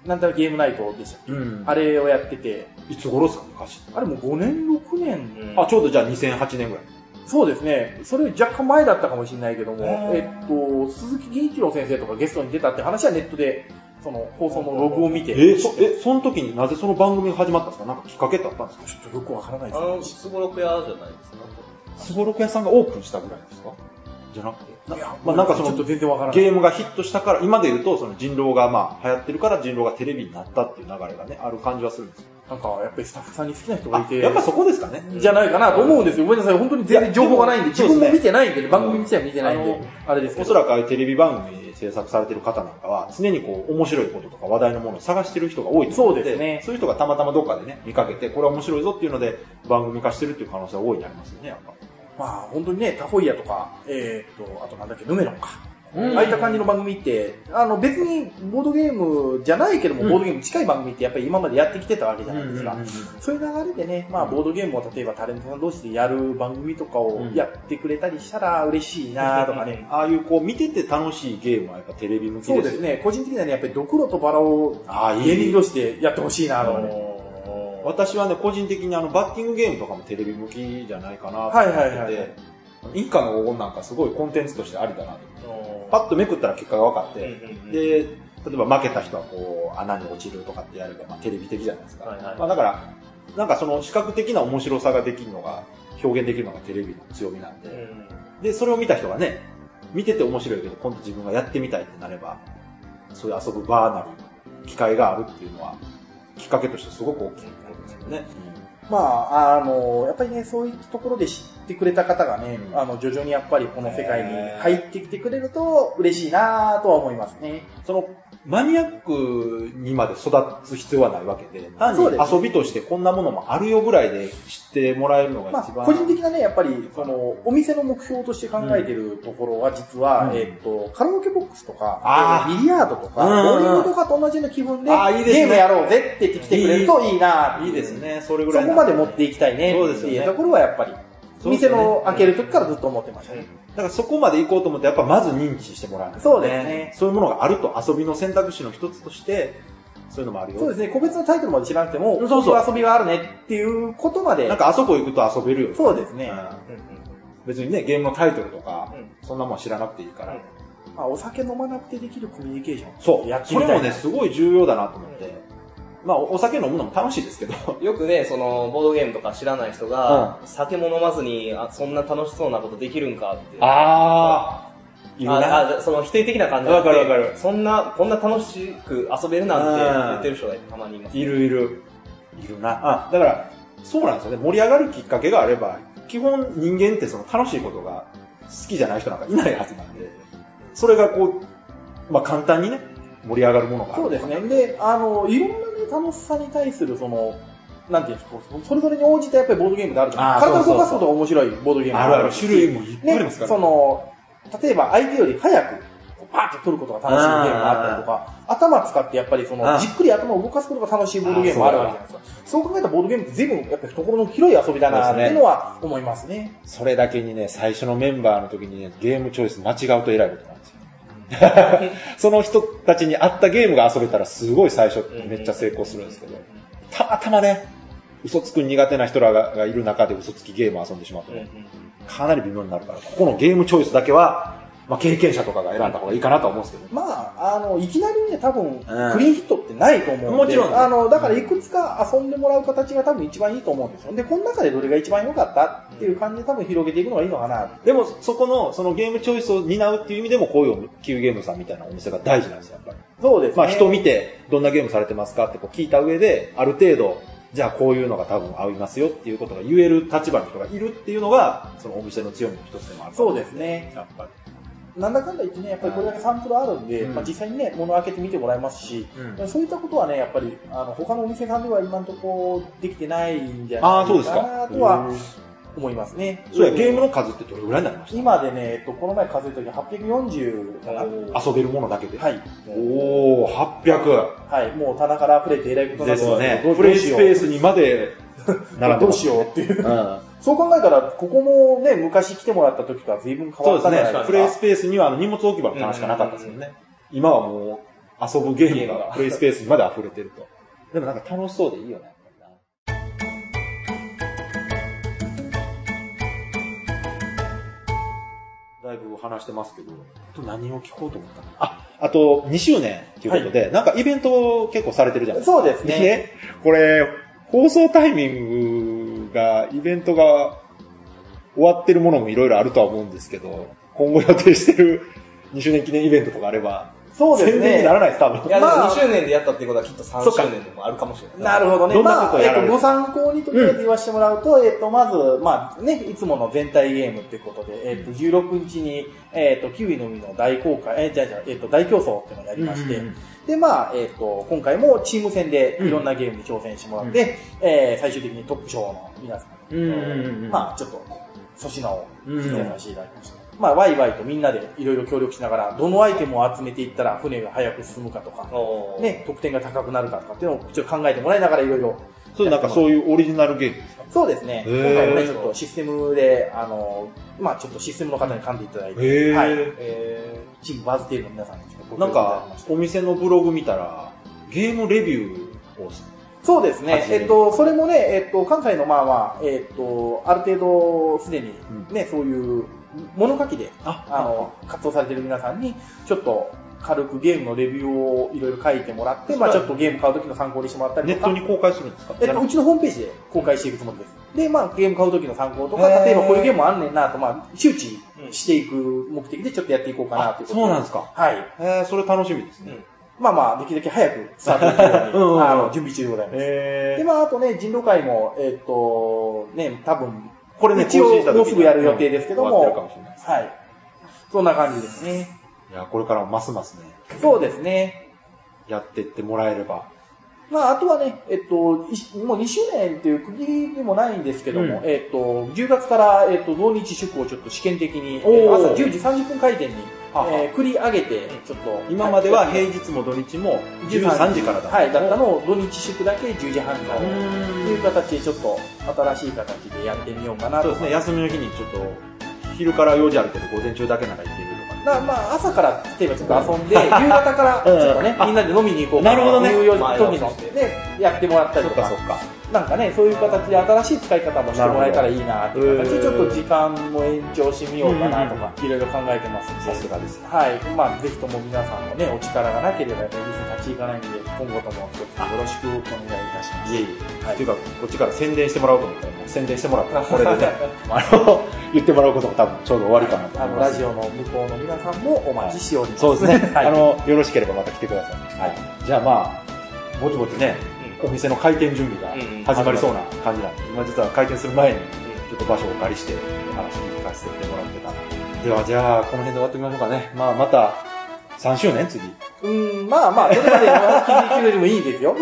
S4: なんたらゲームナイトでしたっけ
S3: うん。
S4: あれをやってて、
S3: いつ頃ですか、昔。
S4: あれもう5年、6年。
S1: うん
S3: あ、ちょうどじゃあ2008年ぐらい。
S4: そうですね。それより若干前だったかもしれないけども、
S1: へ
S4: えっと、鈴木銀一郎先生とかゲストに出たって話はネットで、その放送のログを見て、
S3: えーそ、え、その時になぜその番組が始まったんですかなんかきっかけってあったんですか
S4: ちょっとよくわからない
S1: あの、
S4: です
S1: スゴロク屋じゃないですか。
S3: スゴロク屋さんがオープンしたぐらいですかじゃなくて。
S4: いや
S3: まあなんかその
S4: ちょっと全然わからない。
S3: ゲームがヒットしたから、今で言うと、その人狼がまあ流行ってるから人狼がテレビになったっていう流れがね、ある感じはするんですけ
S4: なんか、やっぱりスタッフさんに好きな人
S3: ど
S4: がいて、
S3: やっぱそこですかね。
S4: じゃないかなと思うんですよ。ごめんなさい。本当に全然情報がないんで、
S3: いやでも
S4: 自分
S3: そう
S4: も
S3: ですね
S4: 見てないんでね、番組自体は見てないん
S3: う
S4: で
S3: ん、
S4: あれですけ
S3: お
S4: ど。
S3: そらくああいうテレビ番組制作されてる方なんかは、常にこう、面白いこととか話題のものを探してる人が多いと思の
S4: そうですね
S3: そういう人がたまたまどっかでね、見かけて、これは面白いぞっていうので、番組化してるっていう可能性は大いにありますよね、やっぱ。
S4: まあ、本当にね、タホイヤとか、えーっと、あとなんだっけ、ヌメロンか。
S1: うん
S4: ああいった感じの番組って、あの別にボードゲームじゃないけども、
S3: うん
S4: ボードゲーム近い番組ってやっぱり今までやってきてたわけじゃないですか。
S3: うんうんうん
S4: そういう流れでね、まあボードゲームを例えばタレントさん同士でやる番組とかを
S3: うん
S4: やってくれたりしたら嬉しいなとかね。
S3: ああいうこう、見てて楽しいゲームはやっぱテレビ向きです
S4: [laughs] そう
S3: よ
S4: です。ね、個人的にはね、やっぱりドクロとバラを
S3: ああ、い
S4: 芸人
S3: い。
S4: 同士でやってほしいな
S1: あ
S4: とかね。
S1: のー、
S3: 私はね、個人的にあの、バッティングゲームとかもテレビ向きじゃないかなと思
S4: はい
S3: ってて、
S4: はいはい。
S3: 一家の黄金なんかすごいコンテンツとしてありだなと。
S1: あのー
S3: パッとめくったら結果が分か
S1: う
S3: っ
S1: んう
S3: て、
S1: んうん
S3: で、例えば負けた人はこう、穴に落ちるとかってやれば、まあ、テレビ的じゃないですか。
S1: はいはい
S3: まあだから、なんかその視覚的な面白さができるのが、表現できるのがテレビの強みなん
S1: う
S3: で、
S1: ん
S3: で、それを見た人がね、見てて面白いけど、今度自分がやってみたいってなれば、そういう遊ぶ場なり、機会があるっていうのは、きっかけとしてすごく大きいことですよね。
S4: まあ、あの、やっぱりね、そういったところで知ってくれた方がね、
S3: うん
S4: あの、徐々にやっぱりこの世界に入ってきてくれると嬉しいなとは思いますね。
S3: その、マニアックにまで育つ必要はないわけで、単に
S4: そうです
S3: 遊びとしてこんなものもあるよぐらいで知ってもらえるのが
S4: まあ
S3: 一番。、
S4: 個人的なね、やっぱり、その、お店の目標として考えてるところは、実は、
S3: うん
S4: えっと、カラオケボックスとか
S3: あ、
S4: えービリヤードとか、
S3: うん
S4: ボ
S3: うんうん
S4: ーリングとかと同じような気分で、
S3: あーいいですね
S4: ゲームやろうぜって言って来てくれるといいなーって
S3: いういです。ね、それぐ
S4: そ
S3: らい
S4: こ
S3: な。
S4: まで持っていきたいね、
S3: そうですよ
S4: って
S3: ね
S4: いうところはやっぱり、
S3: そうです
S4: 店
S3: よね
S4: の開ける時からずっと思ってましたね。
S3: だからそこまで行こうと思って、やっぱまず認知してもらわないと
S4: そうですね
S3: そういうものがあると遊びの選択肢の一つとして、そういうのもあるよ。
S4: そうですね、個別のタイトルまで知らなくても、
S3: そうそう
S4: こい遊びがあるねっていうことまで
S3: なん、かあそこ行くと遊べるよ。
S4: そうですね、
S3: う
S1: うんうん
S3: ん別にね、ゲームのタイトルとか、
S1: うん
S3: そんなもん知らなくていいから。
S1: うん
S4: まあ、お酒飲まなくてできるコミュニケーション。
S3: そう
S4: やっ。て
S3: そ
S4: み
S3: れ
S4: たい
S3: も
S4: な
S3: ね、すごい重要だなと思って。
S1: うん
S3: まあ、おお酒飲むのも楽しいですけど。
S1: よくね、その、ボードゲームとか知らない人が、酒も飲まずに、あ、そんな楽しそうなことできるんかって。
S3: あーいる
S1: あ
S3: な。
S1: あ、その否定的な感じじゃなくて
S3: わかるわかる
S1: そんな、こんな楽しく遊べるなんて言ってる人がたまにいます。
S3: いるいる。いるな。あ、だから、そうなんですよね。盛り上がるきっかけがあれば、基本人間ってその楽しいことが好きじゃない人なんかいないはずなんで、それがこう、まあ簡単にね、盛り上がるものがある
S4: そうですね。で、あの、いろんなね、楽しさに対する、その、なんていうんですか、そそれぞれに応じてやっぱりボードゲームであるじゃない
S3: あー
S4: 体を
S3: そうそうそう
S4: 動かすことが面白いボードゲーム
S3: あるある。種類もいっぱいあり
S4: ね、
S3: ますから。
S4: その、例えば相手より早く、こうパーッと取ることが楽しいゲームがあったりとか、頭使ってやっぱりそ
S3: あ
S4: の、
S3: ー
S4: じっくり頭を動かすことが楽しいボードゲームもあるわけじゃないですか。そう考えたらボードゲームって随分やっぱり懐の広い遊びだなっていうのは思いますね。
S3: それだけにね、最初のメンバーの時にね、ゲームチョイス間違うと偉いことなん [laughs] ですよ。その人たちに合ったゲームが遊べたらすごい最初めっちゃ成功するんですけど、たまたまね、嘘つく苦手な人らががいる中で嘘つきゲームを遊んでしまうと
S1: うんう
S3: ね、
S1: ん
S3: かなり微妙になるから、ここのゲームチョイスだけは、まあ経験者とかが選んだ方がいいかなとは思うんですけど、
S4: まあ、あの、いきなりね、多分、
S3: うん
S4: クリーンヒットってないと思うんで、
S3: もちろん
S4: あの、だからいくつか遊んでもらう形が多分一番いいと思うんですよ。で、この中でどれが一番良かったっていう感じで多分広げていくのがいいのかな。
S3: でもそこの、そのゲームチョイスを担うっていう意味でも、こういう旧ゲームさんみたいなお店が大事なんですよ、やっぱり。
S4: そうですね。
S3: まあ人見て、どんなゲームされてますかってこう聞いた上で、ある程度、じゃあこういうのが多分合いますよっていうことが言える立場の人がいるっていうのが、そのお店の強みの一つでもある
S4: そうですね。
S3: やっぱ
S4: なんだかんだ言ってね、やっぱりこれだけサンプルあるんで、
S3: うん
S4: まあ実際にね、物を開けてみてもらえますし、
S3: り。
S4: そういったことはね、やっぱり、あの、他のお店さんでは今のところできてないんじゃないかなとは、思いますね。
S3: そうや、ゲームの数ってどれぐらいになりました
S4: 今でね、えっと、この前数えた時840かな。
S3: 遊べるものだけで。
S4: はい。
S3: おお800。
S4: はい。もう棚から溢れてえらいことにな
S3: で
S4: って
S3: す
S4: ます
S3: ね
S4: けど。ど
S3: プ
S4: うど
S3: レイ
S4: うし
S3: ス
S4: よ
S3: ペー
S4: う。
S3: スにまで並んで
S4: ど
S3: ま
S4: う
S3: す
S4: しようっていう。
S3: うん
S4: そう考えたら、ここもね、昔来てもらった時とは随分変
S3: そう
S4: わ
S3: で
S4: った
S3: す
S4: じゃない
S3: ね。プレイ
S4: です
S3: スペースにはあの荷物置き場の棚しかなかったですもんね。今はもう遊ぶゲームがプレイスペースにまで溢れてると。でもなんか楽しそうでいいよね。やっぱりなだいぶ話してますけど、あと何を聞こうと思ったのあ、あと2周年ということで、なんかイベント結構されてるじゃない
S4: か。
S3: ですか。
S4: そうですね。
S3: ね、これ、放送タイミングが、イベントが終わってるものもいろいろあるとは思うんですけど、今後予定してる2周年記念イベントとかあれば、
S4: そうです
S3: 宣伝に
S4: ね
S3: な。らないです、多分。
S1: いや、でも
S4: まあ
S1: 2周年でやったっていうことはきっと3
S3: そっか
S1: 周年でもあるかもしれない。
S4: なるほどね。
S3: どんな
S4: ま
S3: こと
S4: あ、
S3: をや
S4: え
S3: ら
S4: っ
S3: れ
S4: と、
S3: る
S4: ご参考にとりあえず言わせてもらうと、えっと、まず、まあね、いつもの全体ゲームってことで、えっと、16日に、えっと、キウイの実の大公開、えじゃあじゃあえっと、大競争っていうのをやりまして、で、まあ、えっと、今回もチーム戦でいろんなゲームに挑戦してもらって、えー最終的にトップ賞の皆さん
S3: うんうんうんうん
S4: まあ、ちょっと、粗品を
S3: うん
S4: 実現させていただきました。まあ、ワイワイとみんなでいろいろ協力しながら、どのアイテムを集めていったら船が早く進むかとか、
S1: おー
S4: ね、得点が高くなるかとかっていうのをちょっと考えてもらいながらいろいろ。
S3: そう、なんかそういうオリジナルゲームですか。
S4: そうですね。
S3: へ
S4: 今
S3: ー
S4: 回もね、ちょっとシステムで、あの、まあちょっとシステムの方に噛んでいただいて、
S3: へー
S4: はい。
S1: え
S4: チームバズテールの皆さんにちょっとご協
S3: なん
S4: 力いただ
S3: か
S4: きまし、た
S3: お店のブログ見たら、ゲームレビューを、
S4: そうですね
S3: 初。めて
S4: えっと、それもね、えっと、関西のまあまあ、えっと、ある程度すでにね、そういう物書きで、
S3: あ
S4: あの、活動されてる皆さんに、ちょっと軽くゲームのレビューをいろいろ書いてもらって、まあちょっとゲーム買う時の参考にしてもらったり
S3: ネ
S4: と
S3: ッ
S4: か
S3: ト、に公開するんですか
S4: えっと、うちのホームページで公開していくつもりです。で、まあ、ゲーム買う時の参考とか、例えばこういうゲームあんねんなと、まあ、周知していく目的でちょっとやっていこうかな
S3: あ
S4: ということ。
S3: そうなんですすか。
S4: はい。
S3: へーそれ楽しみですね。
S4: まあまあ、できるだけ早くスタートできるよう
S3: [laughs]
S4: に、
S3: うんうんうん
S4: あの、準備中でございます。
S3: へー
S4: で、まあ、あとね、人狼会も、えっと、ね、多分、
S3: これね、
S4: 一応
S3: 更新した時に
S4: もうすぐやる予定ですけども
S3: うん終わってるかもしれないです
S4: はい。そんな感じですね。
S3: いや、これからもますますね、
S4: そうですね。
S3: やってってもらえれば。
S4: まあ、あとはね、えっと、いしもう2周年っていう区切りでもないんですけども、
S3: う
S4: えっと、10月から、えっと、同日祝をちょっと試験的に、え
S3: おー
S4: ー朝10時30分開店に、
S3: はは
S4: えー繰り上げて、ちょっと。
S3: 今まではい平日も土日も13時からだ
S4: はい、だったのを土日祝だけ10時半から。
S3: う
S4: と
S3: ー
S4: い
S3: ん
S4: う形でちょっと新しい形でやってみようかな
S3: そ
S4: と
S3: うですね休みの日にちょっと昼から用事あるけど午前中だけなら行けるとか、
S4: なまあ、朝から、例えばちょっと遊んで、夕方から、ちょっとね、みんなで飲みに [laughs] 行こうか
S3: なるほどね
S4: いうような
S1: 前
S4: 時
S1: 倒
S4: の
S1: しして、
S4: ね、やってもらったり
S3: そっ
S4: と
S3: か
S4: か
S3: そっ、か
S4: なんかね、そういう形で新しい使い方もしてもらえたらいいなという形で、
S3: な
S4: ち
S3: る
S4: ょっ
S3: ほど
S4: と時間も延長してみようかなとか、いろいろ考えてます
S3: さ
S4: ん
S3: す
S4: で。
S3: がですね
S4: はい。まあ、ぜひとも皆さんのね、お力がなければ、別に立ち行かないんで、今後とも一つよろしくお願いいたします。
S3: いえいえ、
S4: はい
S3: っていうかこっちから宣伝してもらおうと思ったらもう宣伝してもら [laughs] ったらこれでねあの言ってもらうことも多分ちょうど終わりかなと
S4: あ
S3: 思い [laughs]
S4: の、
S3: ま
S4: ラ
S3: す
S4: ジオの向こうの皆さんもお待ちしております。
S3: そうです [laughs] ね、
S4: はい
S3: あのよろしければまた来てください、はい、じゃあまあぼちぼちねお店の開店準備が
S1: うんうん
S3: 始まりそうな感じなんで、今実は開店する前にちょっと場所をお借りして、お話聞かせてもらってたなでは、じゃあ、この辺で終わってみましょうかね。まあ、また、3周年次。
S4: うん、まあまあ、それまで聞いてくれてもいいです
S3: [laughs]
S4: よ。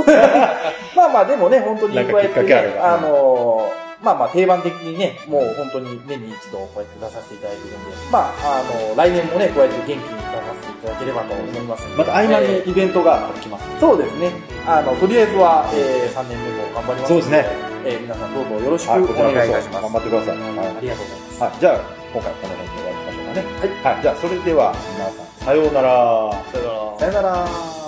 S4: まあまあ、でもね、本当に
S3: なんか
S4: こうやって、
S3: きっかけ
S4: ね
S3: あれ、ば
S4: あのーまあまあ、定番的にね、もう本当に年に一度こうやって出させていただいてるんで、まあ、あの来年もね、こうやって元気に出させていただければと思いますんで
S3: また合間
S4: え
S3: にイベントが来ます。
S4: ーそうですね。あの、とりあえずは、え3年目も頑張ります
S3: そうですね。
S4: えー皆さんどうぞよろしくお
S3: はい、こちら
S4: 願いいた
S3: こ
S4: し
S3: そ
S4: ます。
S3: 頑張ってください。はい
S4: ありがとうございます。
S3: はい、じゃあ、今回はこの辺で終わりましょうかね。はい、じゃあ、それでは、皆さん、さようなら。
S1: ー、それから
S4: さよなら。